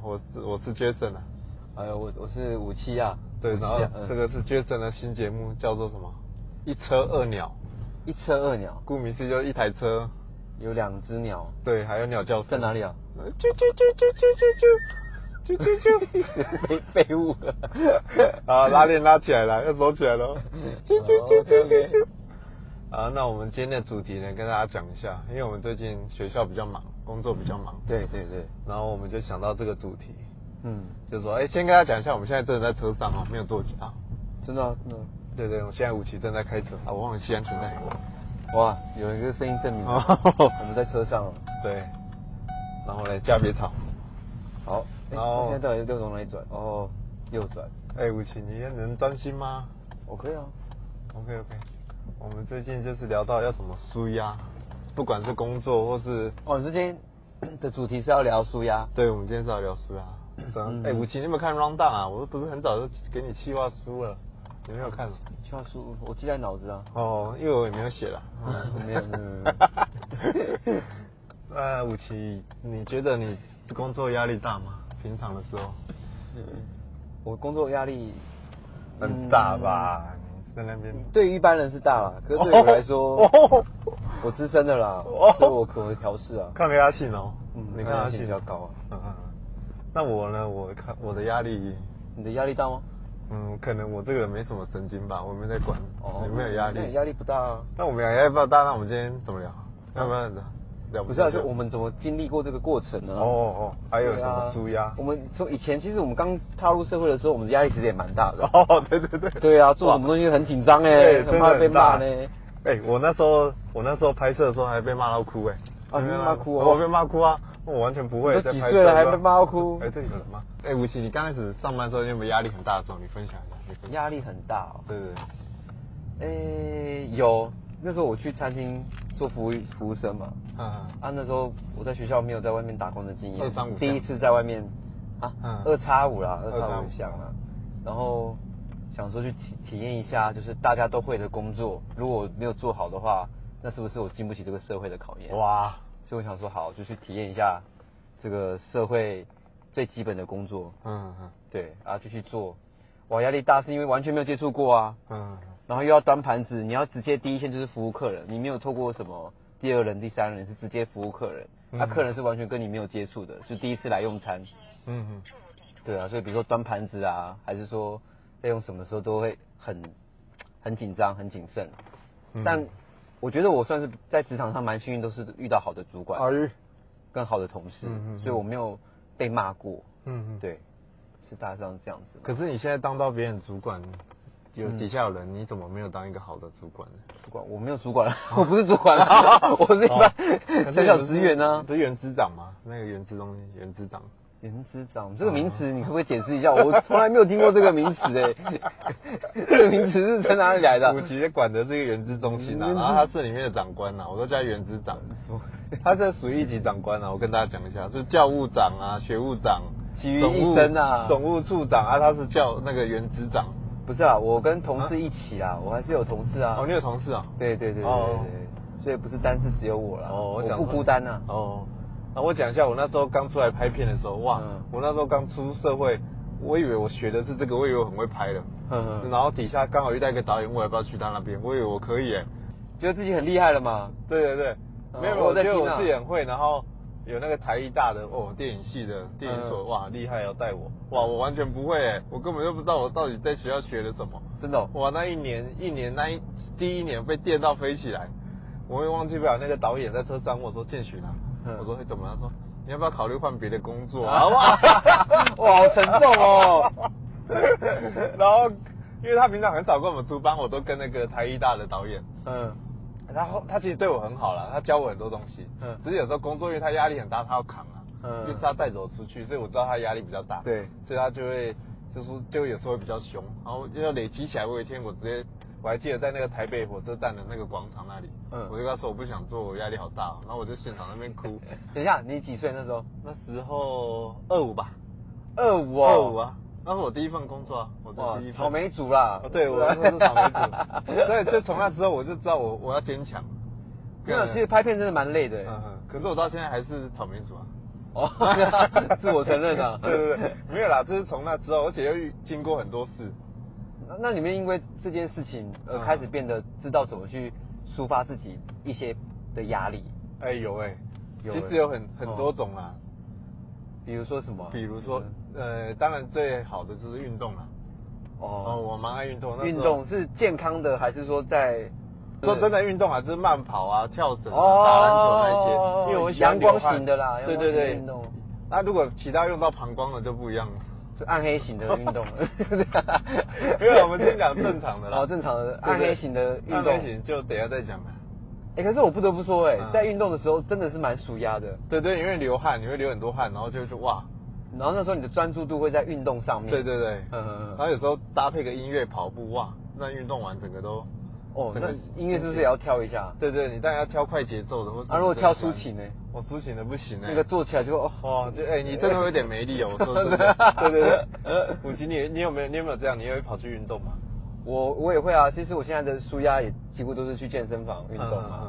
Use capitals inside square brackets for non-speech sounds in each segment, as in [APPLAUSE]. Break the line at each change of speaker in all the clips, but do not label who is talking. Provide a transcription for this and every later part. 我是我是 Jason 啊，
哎呦，我我是五七啊，
对，
五七
然
啊
后
嗯
这个是 Jason 的新节目，叫做什么？一车二鸟，
一车二鸟，
顾名思义就是一台车，
有两只鸟
对，还有鸟叫声
在哪里啊？
呃啾啾啾啾啾啾啾啾啾啾。
[LAUGHS] 被被误
[LAUGHS]
了哦
啊，拉链拉起来了，要走起来了。啾啾啾啾啾
OK，OK
啾。啊，那我们今天的主题呢，跟大家讲一下，因为我们最近学校比较忙，工作比较忙，
对对对，
然后我们就想到这个主题，
嗯，
就说，哎、先跟大家讲一下，我们现在真的在车上哦，没有座驾。
真的啊真的啊，
对对，我现在武器正在开车啊，我忘了系安全带。
哇，有一个声音证 [LAUGHS] 明，
哦
我们在车上了。
对，然后呢，家别吵。
好，哎，
然后
那现在到底是往哪里转？哦，右转，
哎、武器，你能专心吗
我可以啊。
？OK OK，我们最近就是聊到要怎么舒压，不管是工作或是
哦，你今天的主题是要聊舒压，
对，我们今天是要聊书啊。
嗯
哎、吴奇，你有没有看《Round Down》啊？我又不是很早就给你计划书了，你没有看吗？
去要舒，我记在脑子啊。
哦，因为我也没有 [LAUGHS] 写了。
没有没有没有。
呃，吴奇，你觉得你工作压力大吗？平常的时候
我工作压力
很大？吧？你在那边
嗯对于一般人是大啦，可是对我来说，
哦
我资深的啦，
哦
所以我可能调试啊。
抗压性哦，
嗯
你
抗
抗
压
压
性
性
比较高啊
嗯嗯嗯。那我呢？我看我的压力，
你的压力大吗？
嗯，可能我这个人没什么神经吧，我没在管，有没有哦压力？
那你压力不大啊。
那我们俩要不要搭？那我们今天怎么聊？要不然聊
不是啊，
下去
就我们怎么经历过这个过程呢？
哦哦哦还有
对
什么
啊
舒压
我们从以前，其实我们刚踏入社会的时候，我们的压力其实也蛮大的。
[LAUGHS] 哦，对对对，
对啊，做什么东西很紧张哎，
对真的
很怕被
很大
骂呢。
哎、我那时候我那时候拍摄的时候还被骂到哭哎、
啊你被骂哭哦
我被骂哭啊！我完全不会
你
在
都
拍摄的
几
时候。
岁了还被骂到哭
哎、这里有人吗？哎、吴奇，你刚开始上班的时候你有没有压力很大的时候？你分享一下，你分享。
压力很大哦。
对对对，
诶，有那时候我去餐厅做服务服务生嘛，
嗯
啊，那时候我在学校没有在外面打工的经验
235，
第一次在外面啊
嗯，
二叉五啦，二叉
235
五项啦，然后想说去体体验一下，就是大家都会的工作，如果没有做好的话，那是不是我经不起这个社会的考验？
嗯，哇，
所以我想说好，就去体验一下这个社会最基本的工作，
嗯嗯
对，然后就去做，哇，压力大是因为完全没有接触过啊，
嗯，
然后又要端盘子，你要直接第一线就是服务客人，你没有透过什么第二人、第三人，是直接服务客人，
嗯
那、客人是完全跟你没有接触的，就第一次来用餐，
嗯嗯，
对啊，所以比如说端盘子啊，还是说在用什么时候都会很很紧张、很谨慎，
嗯
但我觉得我算是在职场上蛮幸运，都是遇到好的主管、
哎，
跟好的同事，
嗯嗯嗯
所以我没有被骂过，
嗯嗯，。
对，是大致上这样子。
可是你现在当到别人主管，有
嗯
底下有人，你怎么没有当一个好的主管
[LAUGHS]
呢？
主管，我没有主管，我不是主管
[LAUGHS]
啊，我是一
哦
般小小职员啊。
不是原支长吗？那个原支中原支长，
原之长这个名
哦
词，你可不可以解释一下？我从来没有听过这个名词
[LAUGHS]
哎，这个名词是从哪里来的
我？其实管的是一个原支中心啊，
原支
然后他是里面的长官呐、啊，我都叫他原支长。 [LAUGHS] 他这属于一级长官啊，我跟大家讲一下，就是教务长啊、学务长、
集于
总务
一身啊
总务处长啊，他是叫那个原支长。
不是啊，我跟同事一起啊，我还是有同事啊
哦，。你有同事啊？
对对对对对
哦
对，所以不是单是只有我啦，
哦，
我
我想
不
说
孤单啊。
哦，那我讲一下，我那时候刚出来拍片的时候，哇，
嗯
我那时候刚出社会，我以为我学的是这个，我以为我很会拍的。
嗯嗯
然后底下刚好遇到一个导演问我要不要去他那边，我以为我可以哎。
觉得自己很厉害了嘛？
对对对，
嗯
没有，
我
我
有在
觉得
听啊
我自己很会。然后有那个台艺大的哦，电影系的电影所，
嗯
哇，厉害要带我，哇，我完全不会哎，我根本就不知道我到底在学校学的什么。
真的哦
哇，那一年一年那一第一年被电到飞起来，我也忘记不了那个导演在车上问我说建群啊，
嗯
我说会怎么了？他说你要不要考虑换别的工作啊？
啊 [LAUGHS] 哇哇，好沉重哦。
[LAUGHS] 然后因为他平常很少跟我们出班，我都跟那个台艺大的导演。
嗯，
他后他其实对我很好啦，他教我很多东西。
嗯
只是有时候工作因为他压力很大，他要扛啊。
嗯
因为是他带着我出去，所以我知道他压力比较大。
对
所以他就会就是就有时候会比较凶，然后要累积起来。我有一天我直接我还记得在那个台北火车站的那个广场那里，
嗯
我就跟他说我不想做，我压力好大哦、然后我就现场那边
[LAUGHS]
哭。
等一下，你几岁那时候？
那时候二五吧，
二五哦。
二五。啊，那是我第一份工作啊，我
哇
的第一，份
草莓族啦
哦！对，我那时候是草莓
[LAUGHS]
族，对，就从那之后我就知道我我要坚强。嗯
没有，其实拍片真的蛮累的。欸
嗯嗯，可是我到现在还是草莓族啊。
哦 [LAUGHS] 自我承认
[LAUGHS]
啊
对对对，没有啦，这是从那之后，而且又遇经过很多事。
那那你们因为这件事情
嗯
而开始变得知道怎么去抒发自己一些的压力，
哎、有哎、
有
其
欸
实有很很
哦
多种啦。
比如说什么啊？
比如说，呃，当然最好的就是运动啦。哦，
哦，
我蛮爱运动。那时
运
候
动是健康的还是说在？
说真的，运动啊，就是慢跑啊、跳绳啊、
哦
打篮球那一些，因为我喜欢
阳光
流汗
型的啦阳
对
光
对
型的
对
运动。
那如果其他用到膀胱的就不一
[LAUGHS]
样了。，
是暗黑型的运动
[LAUGHS] 没有，我们先讲正常的啦。
[LAUGHS] 哦，正常的
对对
暗黑型的运
暗
动。
黑型就等一下再讲了。
哎、可是我不得不说、哎、
嗯
在运动的时候真的是蛮舒压的。
对对，因为流汗，你会流很多汗，然后就会说哇，
然后那时候你的专注度会在运动上面。
对对对，
嗯嗯
然后
嗯。
有时候搭配个音乐跑步，哇，那运动完整个都，
哦，
整
那
个
音乐是不是也要挑一下？
对对，你当然要挑快节奏的，或是
啊如果挑抒情呢
我哦抒情的不行欸呢。
那个做起来就哦，
哇，就哎、你真的会有点没力哦，我说真的， [LAUGHS] 对对对，武奇，你你有没有你有没有这样？你也会跑去运动吗？
我我也会啊。其实我现在的舒压也几乎都是去健身房运动嘛。
嗯嗯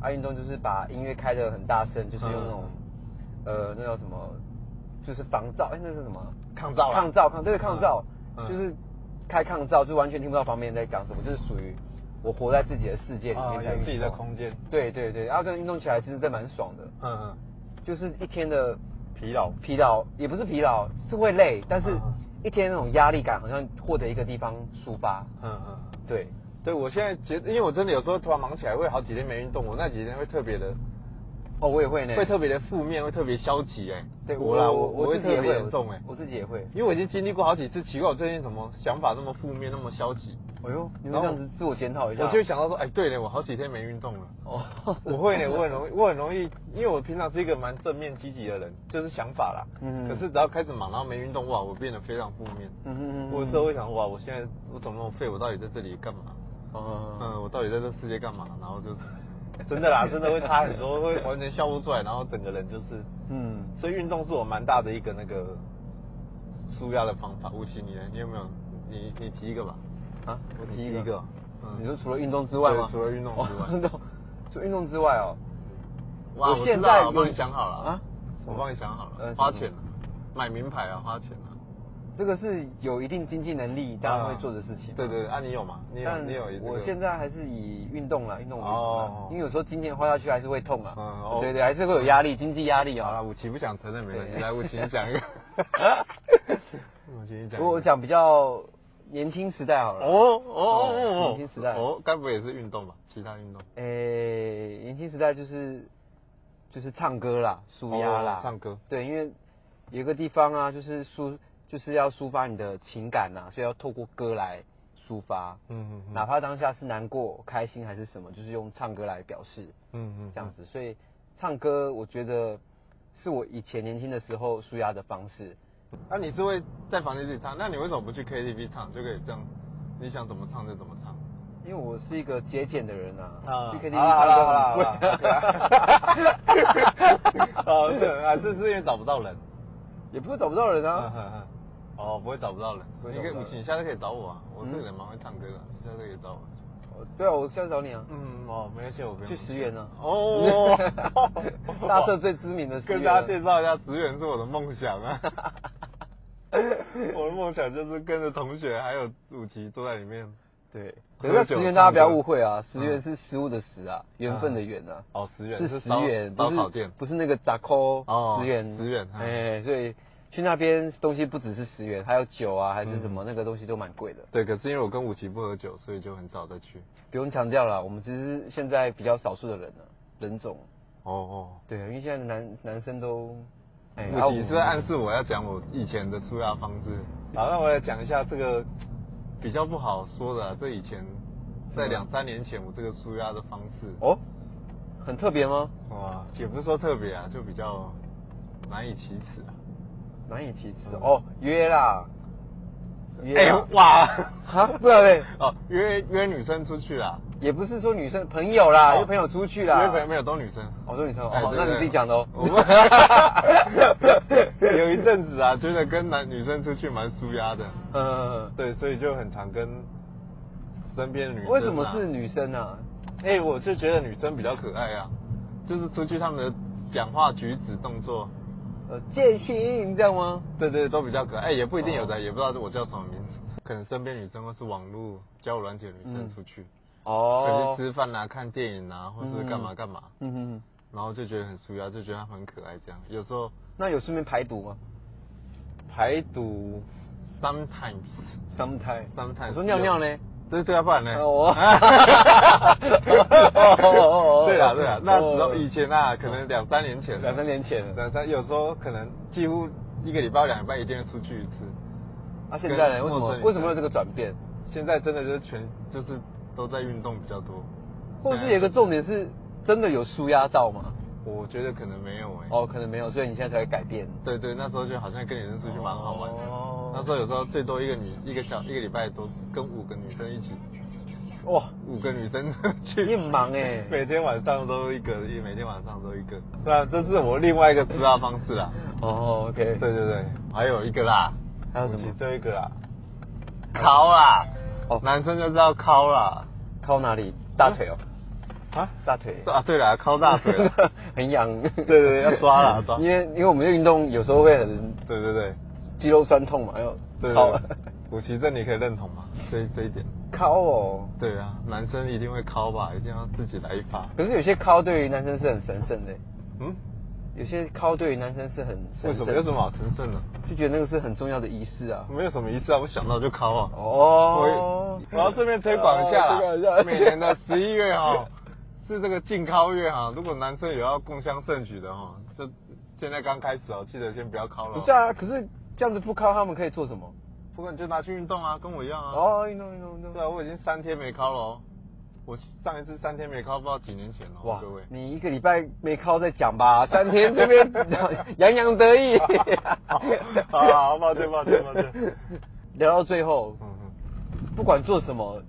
嗯
啊，运动就是把音乐开得很大声，就是用那种、呃，那叫什么，就是防噪，哎、那是什么啊？
抗噪啦
抗噪，抗对抗噪，
嗯嗯
就是开抗噪，就完全听不到旁边人在讲什么，就是属于我活在自己的世界里
啊
面在运动、
有自己的空间
对对对，然后跟运动起来其实真的蛮爽的，
嗯嗯，
就是一天的
疲劳
疲劳也不是疲劳，是会累，但是
嗯嗯
一天那种压力感好像获得一个地方抒发。
嗯嗯，
对，
对我现在觉得，因为我真的有时候突然忙起来，会好几天没运动，我那几天会特别的，
哦，我也会呢，
会特别的负面，会特别消极哎、
对
我
我
啦，
我
嗯我
我
会
自己也
特别
会
严重哎、
我自己也会
因为我已经经历过好几次，奇怪我最近怎么想法那么负面，那么消极。
哎呦，你
然后
们这样子自我检讨一下，
我就会想到说，哎，对了，我好几天没运动了。
哦
[LAUGHS] 我会呢，我很容易，我很容易，因为我平常是一个蛮正面积极的人，就是想法啦。
嗯
可是只要开始忙，然后没运动，哇，我变得非常负面。
嗯嗯嗯嗯
我有时候会想，哇，我现在我怎么那么废？我到底在这里干嘛？
哦
嗯，我到底在这世界干嘛？然
[LAUGHS]
后就真的啦，真的会差很多，会完全笑不出来，然后整个人就是，
嗯
所以运动是我蛮大的一个那个舒压的方法。吴奇，你呢？你有没有？你你提一个吧。
啊，
我
你
提一个嗯
你说除了运动之外吗
对？除了运动之外
[LAUGHS] 哦运动除了运动之外哦，
哇
我
知
现
道了
在
我帮
有
你想好了
啊
我帮你想好了，
呃
花
什么
钱了，买名牌啊，花钱了。
这个是有一定经济能力当然会做的事情
啊
嘛。
对对，对啊，你有吗？你有
但
你有一个？
我现在还是以运动啦，运动为主
哦
啦，因为有时候金钱花下去还是会痛啊。
嗯哦
对对，还是会有压力，经济压力
好
啊
了，。武奇不想承认没关系，
对
来武奇
[LAUGHS]
你 [LAUGHS] 讲一个。武奇你讲一个。
我讲比较年轻时代好了。嗯
哦哦哦哦，
年轻时代。
哦，该不会也是运动吧？其他运动。
诶、年轻时代就是就是唱歌啦，舒压啦、
哦唱歌。
对，因为有一个地方啊，就是抒就是要抒发你的情感呐、所以要透过歌来抒发。
嗯嗯嗯
哪怕当下是难过、开心还是什么，就是用唱歌来表示。
嗯嗯嗯
这样子，所以唱歌我觉得是我以前年轻的时候舒压的方式。
那、你是会在房间自己唱？那你为什么不去 KTV 唱？就可以这样，你想怎么唱就怎么唱。
因为我是一个节俭的人啊，
啊
去 KTV
好啦
唱
好啦
歌
好啦。
很贵
[LAUGHS]
[LAUGHS]
哦，是啊，这是因为找不到人。
也不是找不到人
嗯
啊。
嗯嗯哦，不会找不到人。
不会
你
找不
可
到
以，
人
你下次可以找我啊，我这个
嗯
人蛮会唱歌的，你下次可以找我。
对啊，我下次找你啊。
嗯，哦，没关系，我不用
去十元呢、啊？，
[LAUGHS] 哦
大社最知名的十元
跟大家介绍一下，职员是我的梦想 [LAUGHS] 啊。我的梦想就是跟着同学还有主题坐在里面。
对，
喝
可
酒
是十元大家不要误会
唱
啊，
歌
十元是食物的食啊，缘分的缘啊。
哦十元
是
是
十
烧
元，
烧
不是
烤店
不是那个打 call
哦
十元
十元嗯
哎，所以去那边东西不只是十元，还有酒啊，还是什
嗯
么那个东西都蛮贵的。
对，可是因为我跟武奇不喝酒，所以就很少再去。
不用强调了，我们只是现在比较少数的人了，人种。
哦哦，
对，因为现在的男男生都，哎
武奇是在暗示啊我要讲我以前的舒压方式。好，那我来讲一下这个比较不好说的啊、这以前在
什么
两三年前我这个舒压的方式。
嗯哦，很特别吗？
哇，也不是说特别啊，就比较难以启齿啊。
难以启齿
嗯
哦，约啦，
哎、
约啦
哇，
[LAUGHS] 哈，啊不然嘞，
哦，约约女生出去啦，
也不是说女生朋友啦，
哦
约朋友出去啦，
约朋友没有都女生。
哦都女生哦
哎
好
对
那你
对
自己讲的哦 [LAUGHS]
我们 [LAUGHS] 有一阵子啊，觉得跟男女生出去蛮舒压的，
嗯，
对，所以就很常跟身边的女生、啊
为什么是？女生啊？
哎、我就觉得女生比较可爱啊，就是出去她们的讲话、举止、动作，
呃，建勋这样吗？
对对，都比较可爱，哎也不一定有的，
哦
也不知道我叫什么名字，可能身边女生或是网络交友软件女生
嗯
出去，可
哦
能，去吃饭啊、看电影啊，或是干嘛
嗯
干嘛，
嗯哼哼，
然后就觉得很舒压，就觉得他们很可爱这样。有时候
那有顺便排毒吗
排毒，sometimes
？Sometime，
sometimes
我说尿尿呢？
对对啊，不然呢？
哦
[LAUGHS] 对啊对啊
[LAUGHS] 哦，
那时候以前啊，可能两三年前，
两三年前了。
两三有时候可能几乎一个礼拜、两个礼拜一定会出去一次。
那啊现在呢？为什
陌生
么
人啊
为什么有这个转变？
现在真的就是全就是都在运动比较多，
或者是有一个重点是真的有舒压到吗？
我觉得可能没有哎、
哦，可能没有，所以你现在才会改变。
对对，那时候就好像跟女生出去蛮好玩的。
哦
那时候有时候最多一个女一个小一个礼拜多跟五个女生一起，
哇，
五个女生去。
你很忙哎
每天晚上都一个，每天晚上都一个。对啊，这是我另外一个吃饭方式啦。
哦，OK，
对对对，还有一个啦，
还有什么
对不起最后一个啦，敲啦。
哦
男生就知道敲啦。
靠哪里？大腿哦，
啊？
大腿。
啊，对了，敲大腿
[LAUGHS]
啦。
很痒。
对对对要抓啦抓
因为因为我们的运动有时候会很
对对对，
肌肉酸痛嘛，要哎
对
靠
对，古奇这你可以认同吗？这这一点，
靠哦。
对啊，男生一定会敲吧，一定要自己来一发。
可是有些靠对于男生是很神圣的，
嗯，
有些靠对于男生是很
为
神
什
圣。
么有什么？好神圣的？
就觉得那个是很重要的仪式啊。
没有什么仪式啊，我想到就敲啊。
哦
我我要顺便推广一下
哦推广一
啦，
下
每年
[LAUGHS]
的十一月哦哈、是这个禁敲月哈、如果男生有要共襄盛举的哈、就现在刚开始哦，记得先不要敲了、
不是，啊，可是这样子不靠他们可以做什么？
不过你就拿去运动啊，跟我一样啊。
哦，运动运动运
对
动。
啊，我已经三天没敲了、哦，我上一次三天没敲，不知道几年前了、哦
哇
各位，。
你一个礼拜没靠再讲吧，三天这边 [LAUGHS] 洋洋得意。
好 [LAUGHS] 好好抱歉抱歉抱歉。
聊到最后，
嗯嗯。
不管做什么，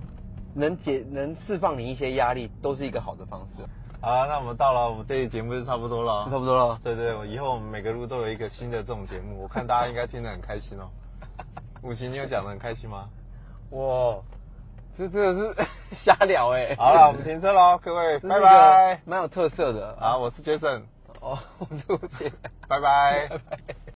能解能释放你一些压力，都是一个好的方式。
好啊，那我们到了，我们这一节目就差不多了，哦
差不多了
对对，我以后我们每个路都有一个新的这种节目，我看大家应该听得很开心
[LAUGHS]
哦。五行，你有讲得很开心吗？
哇，这真的是 [LAUGHS] 瞎聊哎、
[LAUGHS] 好了，我们停车喽，各位，
这是
拜
一个
拜。
蛮有特色的
好，我是 Jason，
哦，我是吴杰，
拜拜
拜拜